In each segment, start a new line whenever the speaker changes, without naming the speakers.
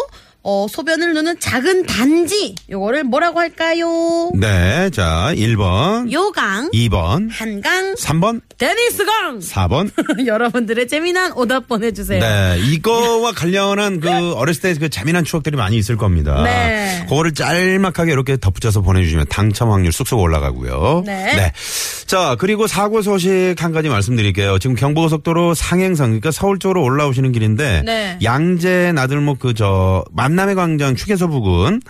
어, 소변을 누는 작은 단지 요거를 뭐라고 할까요?
네, 자 1번,
요강,
2번,
한강,
3번,
데니스강.
4번.
여러분들의 재미난 오답 보내주세요.
네, 이거와 관련한 그 어렸을 때 그 재미난 추억들이 많이 있을 겁니다.
네.
그거를 짤막하게 이렇게 덧붙여서 보내주시면 당첨 확률 쑥쑥 올라가고요.
네.
자, 그리고 사고 소식 한 가지 말씀드릴게요. 지금 경부고속도로 상행선, 그러니까 서울 쪽으로 올라오시는 길인데
네.
양재 나들목 그 저 만남의 광장 휴게소 부근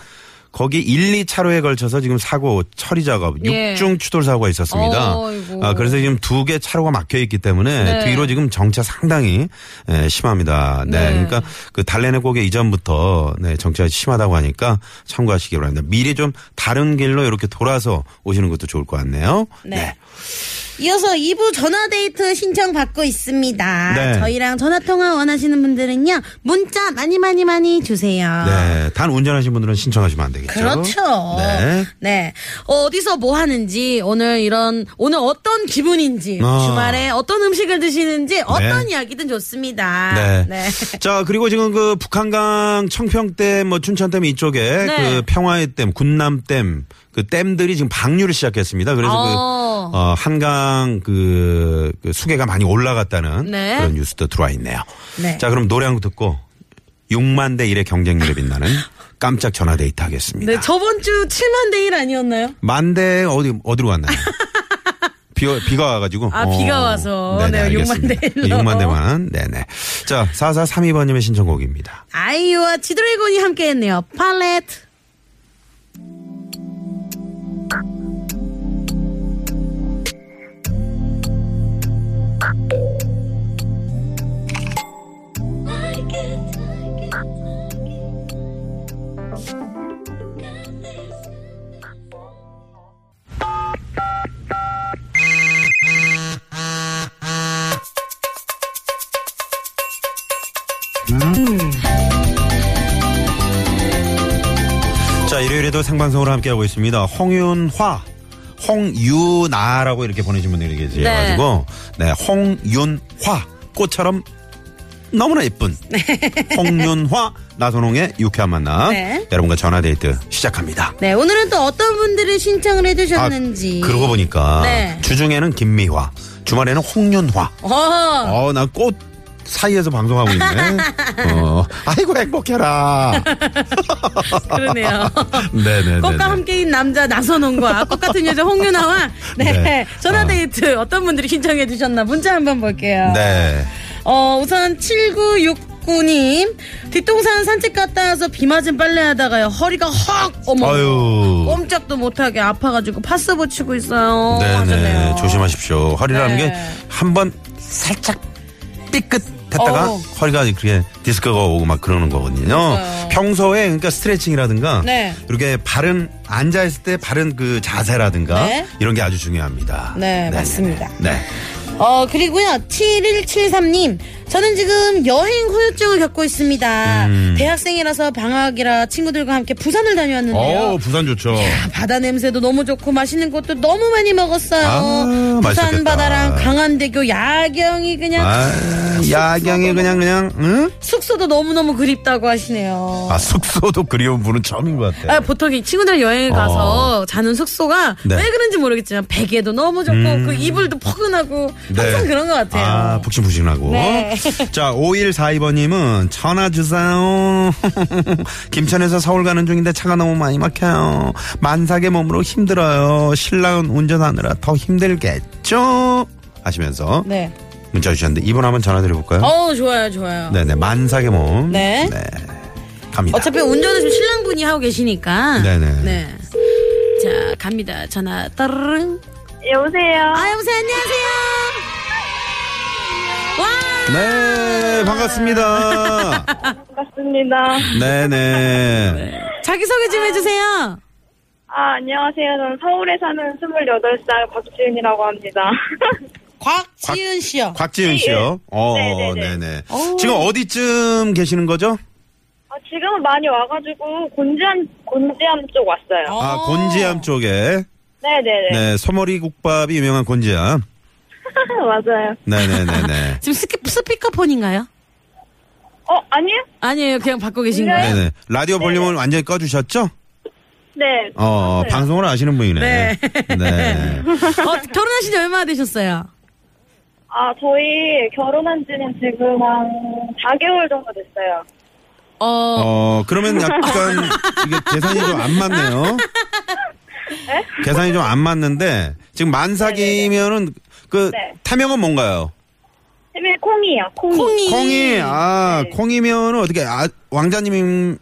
거기 1, 2차로에 걸쳐서 지금 사고 처리 작업,
예.
육중 추돌 사고가 있었습니다.
어이구.
아, 그래서 지금 두 개 차로가 막혀 있기 때문에
네.
뒤로 지금 정체 상당히 예, 심합니다. 네.
네.
그러니까 그 달래내 고개 이전부터 네, 정체가 심하다고 하니까 참고하시기 바랍니다. 미리 좀 다른 길로 이렇게 돌아서 오시는 것도 좋을 것 같네요.
네. 이어서 2부 전화데이트 신청 받고 있습니다.
네.
저희랑 전화통화 원하시는 분들은요, 문자 많이 많이 많이 주세요.
네. 단 운전하신 분들은 신청하시면 안 되겠죠.
그렇죠.
네.
네. 어, 어디서 뭐 하는지, 오늘 이런, 오늘 어떤 기분인지,
아.
주말에 어떤 음식을 드시는지, 어떤 이야기든 좋습니다.
네. 자, 그리고 지금 그 북한강 청평댐 뭐 춘천댐 이쪽에
네.
그 평화의댐, 군남댐 그 댐들이 지금 방류를 시작했습니다. 그래서
어.
그 어, 한강 그, 그 수계가 많이 올라갔다는
네.
그런 뉴스도 들어와 있네요.
네.
자, 그럼 노래 한 곡 듣고 6만 대 1의 경쟁률에 빛나는 깜짝 전화 데이트 하겠습니다.
네, 저번 주 7만 대 1 아니었나요?
만대 어디 어디로 갔나요? 비, 비가 와가지고. 어.
아, 비가 와서.
네네,
네,
알겠습니다.
6만 대일로.
6만 대만. 네네. 자, 4432번님의 신청곡입니다.
아이유와 지드래곤이 함께 했네요. 팔레트.
자, 일요일에도 생방송으로 함께하고 있습니다. 홍윤화. 홍유나라고 이렇게 보내신 분들이 계셔가지고, 네, 홍윤화. 꽃처럼 너무나 예쁜 홍윤화 나선홍의 유쾌한 만남.
네.
여러분과 전화데이트 시작합니다.
네, 오늘은 또 어떤 분들이 신청을
아,
해주셨는지.
그러고 보니까
네.
주중에는 김미화, 주말에는 홍윤화.
어,
어, 나 꽃 사이에서 방송하고 있네. 어, 아이고 행복해라.
그러네요.
네네네.
꽃과 함께인 남자 나선홍과 꽃 같은 여자 홍윤아와 네,
네.
전화 데이트 어떤 분들이 신청해 주셨나 문자 한번 볼게요.
네.
어, 우선 7969님 뒷동산 산책 갔다 와서 비 맞은 빨래 하다가요 허리가 헉 어머
아유.
꼼짝도 못하게 아파가지고 파스 붙이고 있어요. 하셨네요.
조심하십시오. 허리라는
네.
게 한 번 살짝 삐끗했다가
어.
허리가 그렇게 디스크가 오고 막 그러는 거거든요.
맞아요.
평소에 그러니까 스트레칭이라든가
네.
이렇게 바른 앉아 있을 때 바른 그 자세라든가
네.
이런 게 아주 중요합니다.
네, 맞습니다.
네.
어, 그리고요, 7173님. 저는 지금 여행 후유증을 겪고 있습니다.
음.
대학생이라서 방학이라 친구들과 함께 부산을 다녀왔는데요.
어, 부산 좋죠.
아, 바다 냄새도 너무 좋고 맛있는 것도 너무 많이 먹었어요.
아,
부산
맛있었겠다.
바다랑 강안대교 야경이 그냥
아, 야경이 그냥 그냥 응?
숙소도 너무너무 그립다고 하시네요.
아 숙소도 그리운 분은 처음인 것 같아.
아, 보통 이 친구들 여행을 가서 자는 숙소가
어. 네. 음.
왜 그런지 모르겠지만 베개도 너무 좋고 그 이불도 포근하고 항상
네.
그런 것 같아요.
아, 북신북신하고.
네.
자, 5142번님은 전화 주세요. 김천에서 서울 가는 중인데 차가 너무 많이 막혀요. 만삭의 몸으로 힘들어요. 신랑은 운전하느라 더 힘들겠죠? 하시면서
네.
문자 주셨는데 이번 한번 전화 드려볼까요?
어우 좋아요 좋아요.
네네, 만삭의 몸.
네.
갑니다.
어차피 운전을 지금 신랑분이 하고 계시니까.
아. 네네.
네. 자 갑니다 전화 따르릉.
여보세요.
아 여보세요 안녕하세요. 와
네, 반갑습니다.
반갑습니다.
네네.
자기 소개 좀 해주세요.
아, 안녕하세요. 저는 서울에 사는 28살 박지은이라고 합니다.
곽지은 씨요.
곽지은 씨요. 어,
네, 네네네.
네네.
어우.
지금 어디쯤 계시는 거죠?
아, 지금은 많이 와가지고 곤지암, 곤지암 쪽 왔어요.
아, 곤지암 쪽에.
네네네.
네, 소머리 국밥이 유명한 곤지암.
맞아요.
네네네네.
지금 스피, 스피커폰인가요?
어, 아니요?
아니에요 그냥 받고 계신 거예요.
네네. 라디오 볼륨을 완전히 꺼주셨죠?
네.
어, 어, 방송을 아시는 분이네.
네.
네.
어, 결혼하신 지 얼마나 되셨어요?
아, 저희 결혼한 지는 지금 한 4개월 정도 됐어요.
어,
어, 그러면 약간 이게 계산이 좀 안 맞네요.
네?
계산이 좀 안 맞는데, 지금 만삭이면은 그
네.
타명은 뭔가요?
팀이 콩이요, 콩이.
콩이.
콩이, 아, 콩이면은 어떻게, 아, 왕자님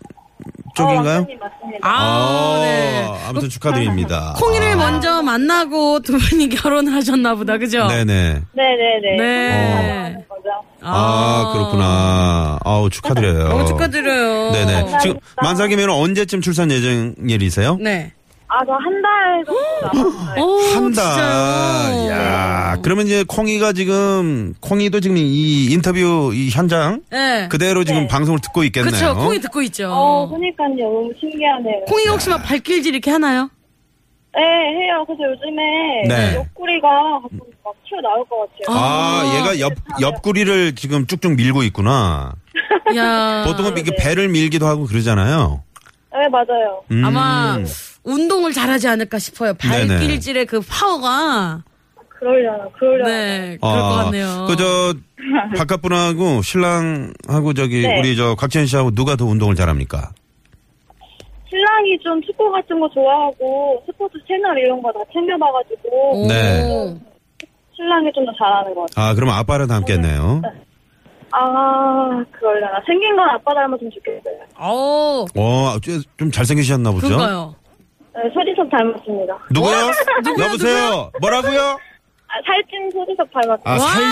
쪽인가요?
어, 왕자님 맞습니다.
아,
어.
네.
아무튼 축하드립니다.
콩이를 먼저 만나고 두 분이 결혼하셨나 보다, 그죠?
네네.
네네네.
네.
하는 거죠.
아, 그렇구나. 아우, 축하드려요.
너무 축하드려요.
어. 네네. 지금 만삭이면 언제쯤 출산 예정일이세요?
네.
아, 저 한 달 정도 남았어요.
오,
한 달.
진짜요?
야 그러면 이제 콩이가 지금, 콩이도 지금 이 인터뷰 이 현장
네.
그대로 지금
네.
방송을 듣고 있겠네요.
그쵸, 콩이 듣고 있죠.
어, 그니까요. 너무 신기하네요.
콩이가 혹시 막 발길질 이렇게 하나요?
네, 해요. 그래서 요즘에
네.
옆구리가 가끔 막 튀어나올 것 같아요.
아,
아.
얘가 옆, 옆구리를 지금 쭉쭉 밀고 있구나.
야
보통은 이렇게 배를 밀기도 하고 그러잖아요.
네, 맞아요.
음.
아마 운동을 잘하지 않을까 싶어요.
네네.
발길질의 그 파워가.
그러려나, 그러려나.
네, 그럴 것 같네요.
아, 그저 바깥 분하고 신랑하고 저기
네.
우리 저 곽지현 씨하고 누가 더 운동을 잘합니까?
신랑이 좀 축구 같은 거 좋아하고 스포츠 채널 이런 거 다 챙겨봐가지고
오.
네.
신랑이 좀 더 잘하는 것 같아요.
아 그럼 아빠랑 닮겠네요.
아, 그러려나. 생긴 건 아빠 닮았으면 좋겠어요.
오,
어좀 잘생기셨나 보죠.
그런가요?
네, 소지섭 닮았습니다.
누구요? 여보세요. 뭐라고요?
아, 살찐 소지섭 닮았어요.
아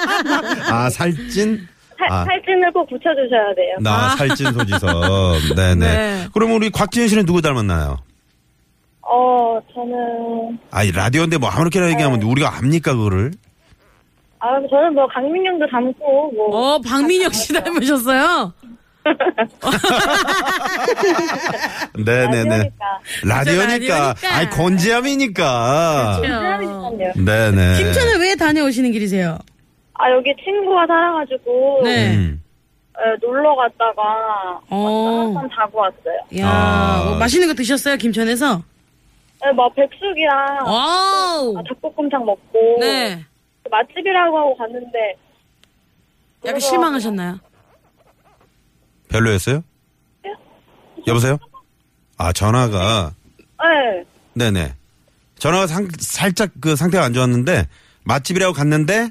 살찐. 아 살찐.
살,
아.
살찐을 꼭 붙여주셔야 돼요.
나 살찐 소지섭. 아. 네네.
네.
그럼 우리 곽지현 씨는 누구 닮았나요?
어, 저는,
아니 라디오인데 뭐 아무렇게나 얘기하면 우리가 압니까 그거를?
아, 저는 뭐 강민경도 닮고, 뭐.
어, 박민혁 씨 닮으셨어요?
네네네.
그러니까.
라디오니까.
라디오니까.
아니 건지함이니까.
아.
사람이니까요.
네네.
김천에 왜 다녀오시는 길이세요?
아, 여기 친구가 살아가지고.
네.
음.
에, 놀러 갔다가
어.
한번 자고 왔어요.
야,
아.
뭐 맛있는 거 드셨어요, 김천에서?
에, 막 예, 뭐 백숙이랑
와우.
아, 닭볶음탕 먹고
네.
맛집이라고 하고 갔는데
약간 실망하셨나요?
별로였어요? 여보세요? 아 전화가
네.
네네 전화가 상, 살짝 그 상태가 안 좋았는데 맛집이라고 갔는데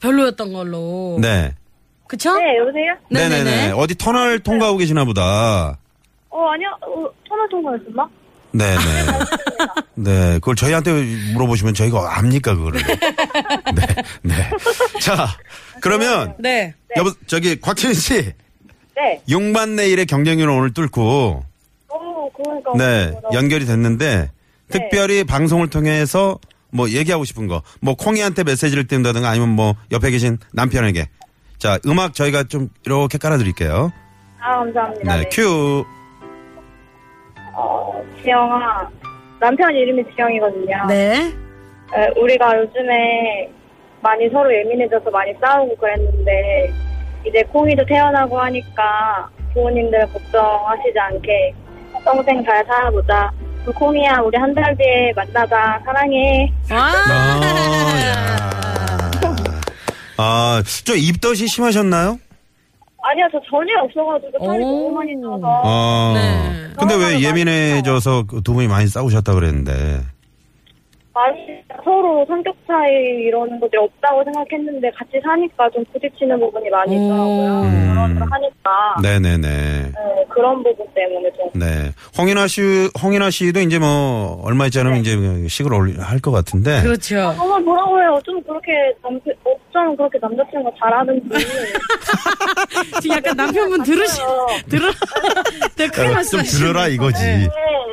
별로였던 걸로.
네
그쵸?
네, 여보세요?
네네네
네네네.
어디 터널 통과하고 계시나 보다
어, 아니요. 어, 전화 통화였었나?
네네 네 그걸 저희한테 물어보시면 저희가 압니까 그거를 네, 네네자 그러면
네.
여보 저기 곽진 씨
네.
용반 내일의 경쟁률을 오늘 뚫고
어, 그러니까.
네,
그러더라고요.
연결이 됐는데 특별히 방송을 통해서 뭐 얘기하고 싶은 거, 뭐 콩이한테 메시지를 띄운다든가 아니면 뭐 옆에 계신 남편에게 자, 음악 저희가 좀 이렇게 깔아드릴게요.
아, 감사합니다.
네,
네.
큐.
어, 지영아. 남편 이름이 지영이거든요.
네.
에, 우리가 요즘에 많이 서로 예민해져서 많이 싸우고 그랬는데 이제 콩이도 태어나고 하니까 부모님들 걱정하시지 않게 평생 잘 살아보자. 그럼 콩이야 우리 한 달 뒤에 만나자. 사랑해.
와.
아, 야. 아, 좀 입덧이 심하셨나요?
아니야 저 전혀 없어가지고 살이
오.
너무 많이 쪄서
아.
네.
근데 왜
서로서로
예민해져서 그두 분이 많이 싸우셨다 그랬는데.
많이 서로 성격 차이 이런 것들이 없다고 생각했는데 같이 사니까 좀 부딪히는 부분이 많이 있더라고요.
음.
그런 걸 하니까
아. 네네네.
네, 그런 부분 때문에 좀
네. 홍인아 씨, 홍인아 씨도 이제 뭐, 얼마 있지 않으면 이제 식을 올릴, 할것 같은데.
그렇죠.
정말 뭐라고 해요. 좀 그렇게 남편, 어쩜 그렇게 남자친구가 잘하는지.
지금 약간
아,
남편분 들으시, 들어, 되게 크게
어, 좀
말씀하시네.
들으라 이거지.
네.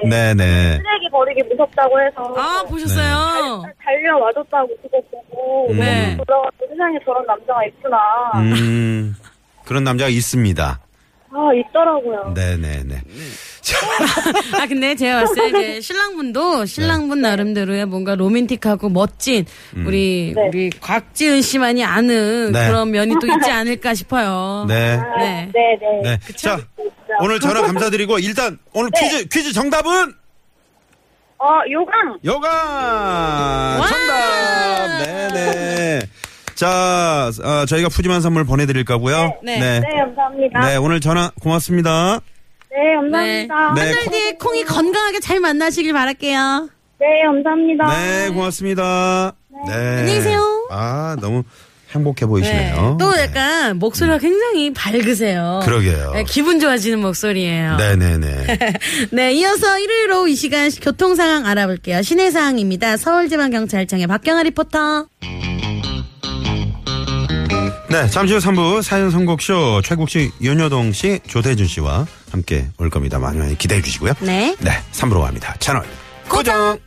네네.
쓰레기 버리기 무섭다고 해서.
아, 보셨어요?
네.
달- 달려와줬다고 그거 보고.
음.
네.
돌아가서 세상에 저런 남자가 있구나.
음, 그런 남자가 있습니다.
아, 있더라고요.
네네네.
아 근데 제가 봤을 때 이제 신랑분도 신랑분
네.
나름대로의 뭔가 로맨틱하고 멋진 우리
네.
우리 곽지은 씨만이 아는
음. 네.
그런 면이 또 있지 않을까 싶어요.
네.
네.
네, 네.
네. 자, 오늘 전화 감사드리고, 일단, 오늘 퀴즈, 퀴즈 정답은?
어, 요강.
요가! 정답! 네네. 자, 어, 저희가 푸짐한 선물 보내드릴 거고요.
네.
네, 감사합니다.
네,
네,
오늘 전화 고맙습니다.
감사합니다.
네.
네,
한달 뒤에 콩이 건강하게 잘 만나시길 바랄게요.
감사합니다.
네, 고맙습니다. 네.
안녕히 계세요.
아, 너무
네.
행복해 보이시네요.
또
네.
약간 목소리가 굉장히 밝으세요.
그러게요.
네, 기분 좋아지는 목소리예요.
네네네.
네, 이어서 일요일 오후 이 시간 교통 상황 알아볼게요. 시내 상황입니다. 서울지방경찰청의 박경아 리포터.
네, 잠시 후 3부 사연 선곡쇼 최국 씨, 윤여동 씨, 조대준 씨와 함께 올 겁니다. 많이 많이 기대해 주시고요.
네.
네, 3부로 갑니다. 채널 고정!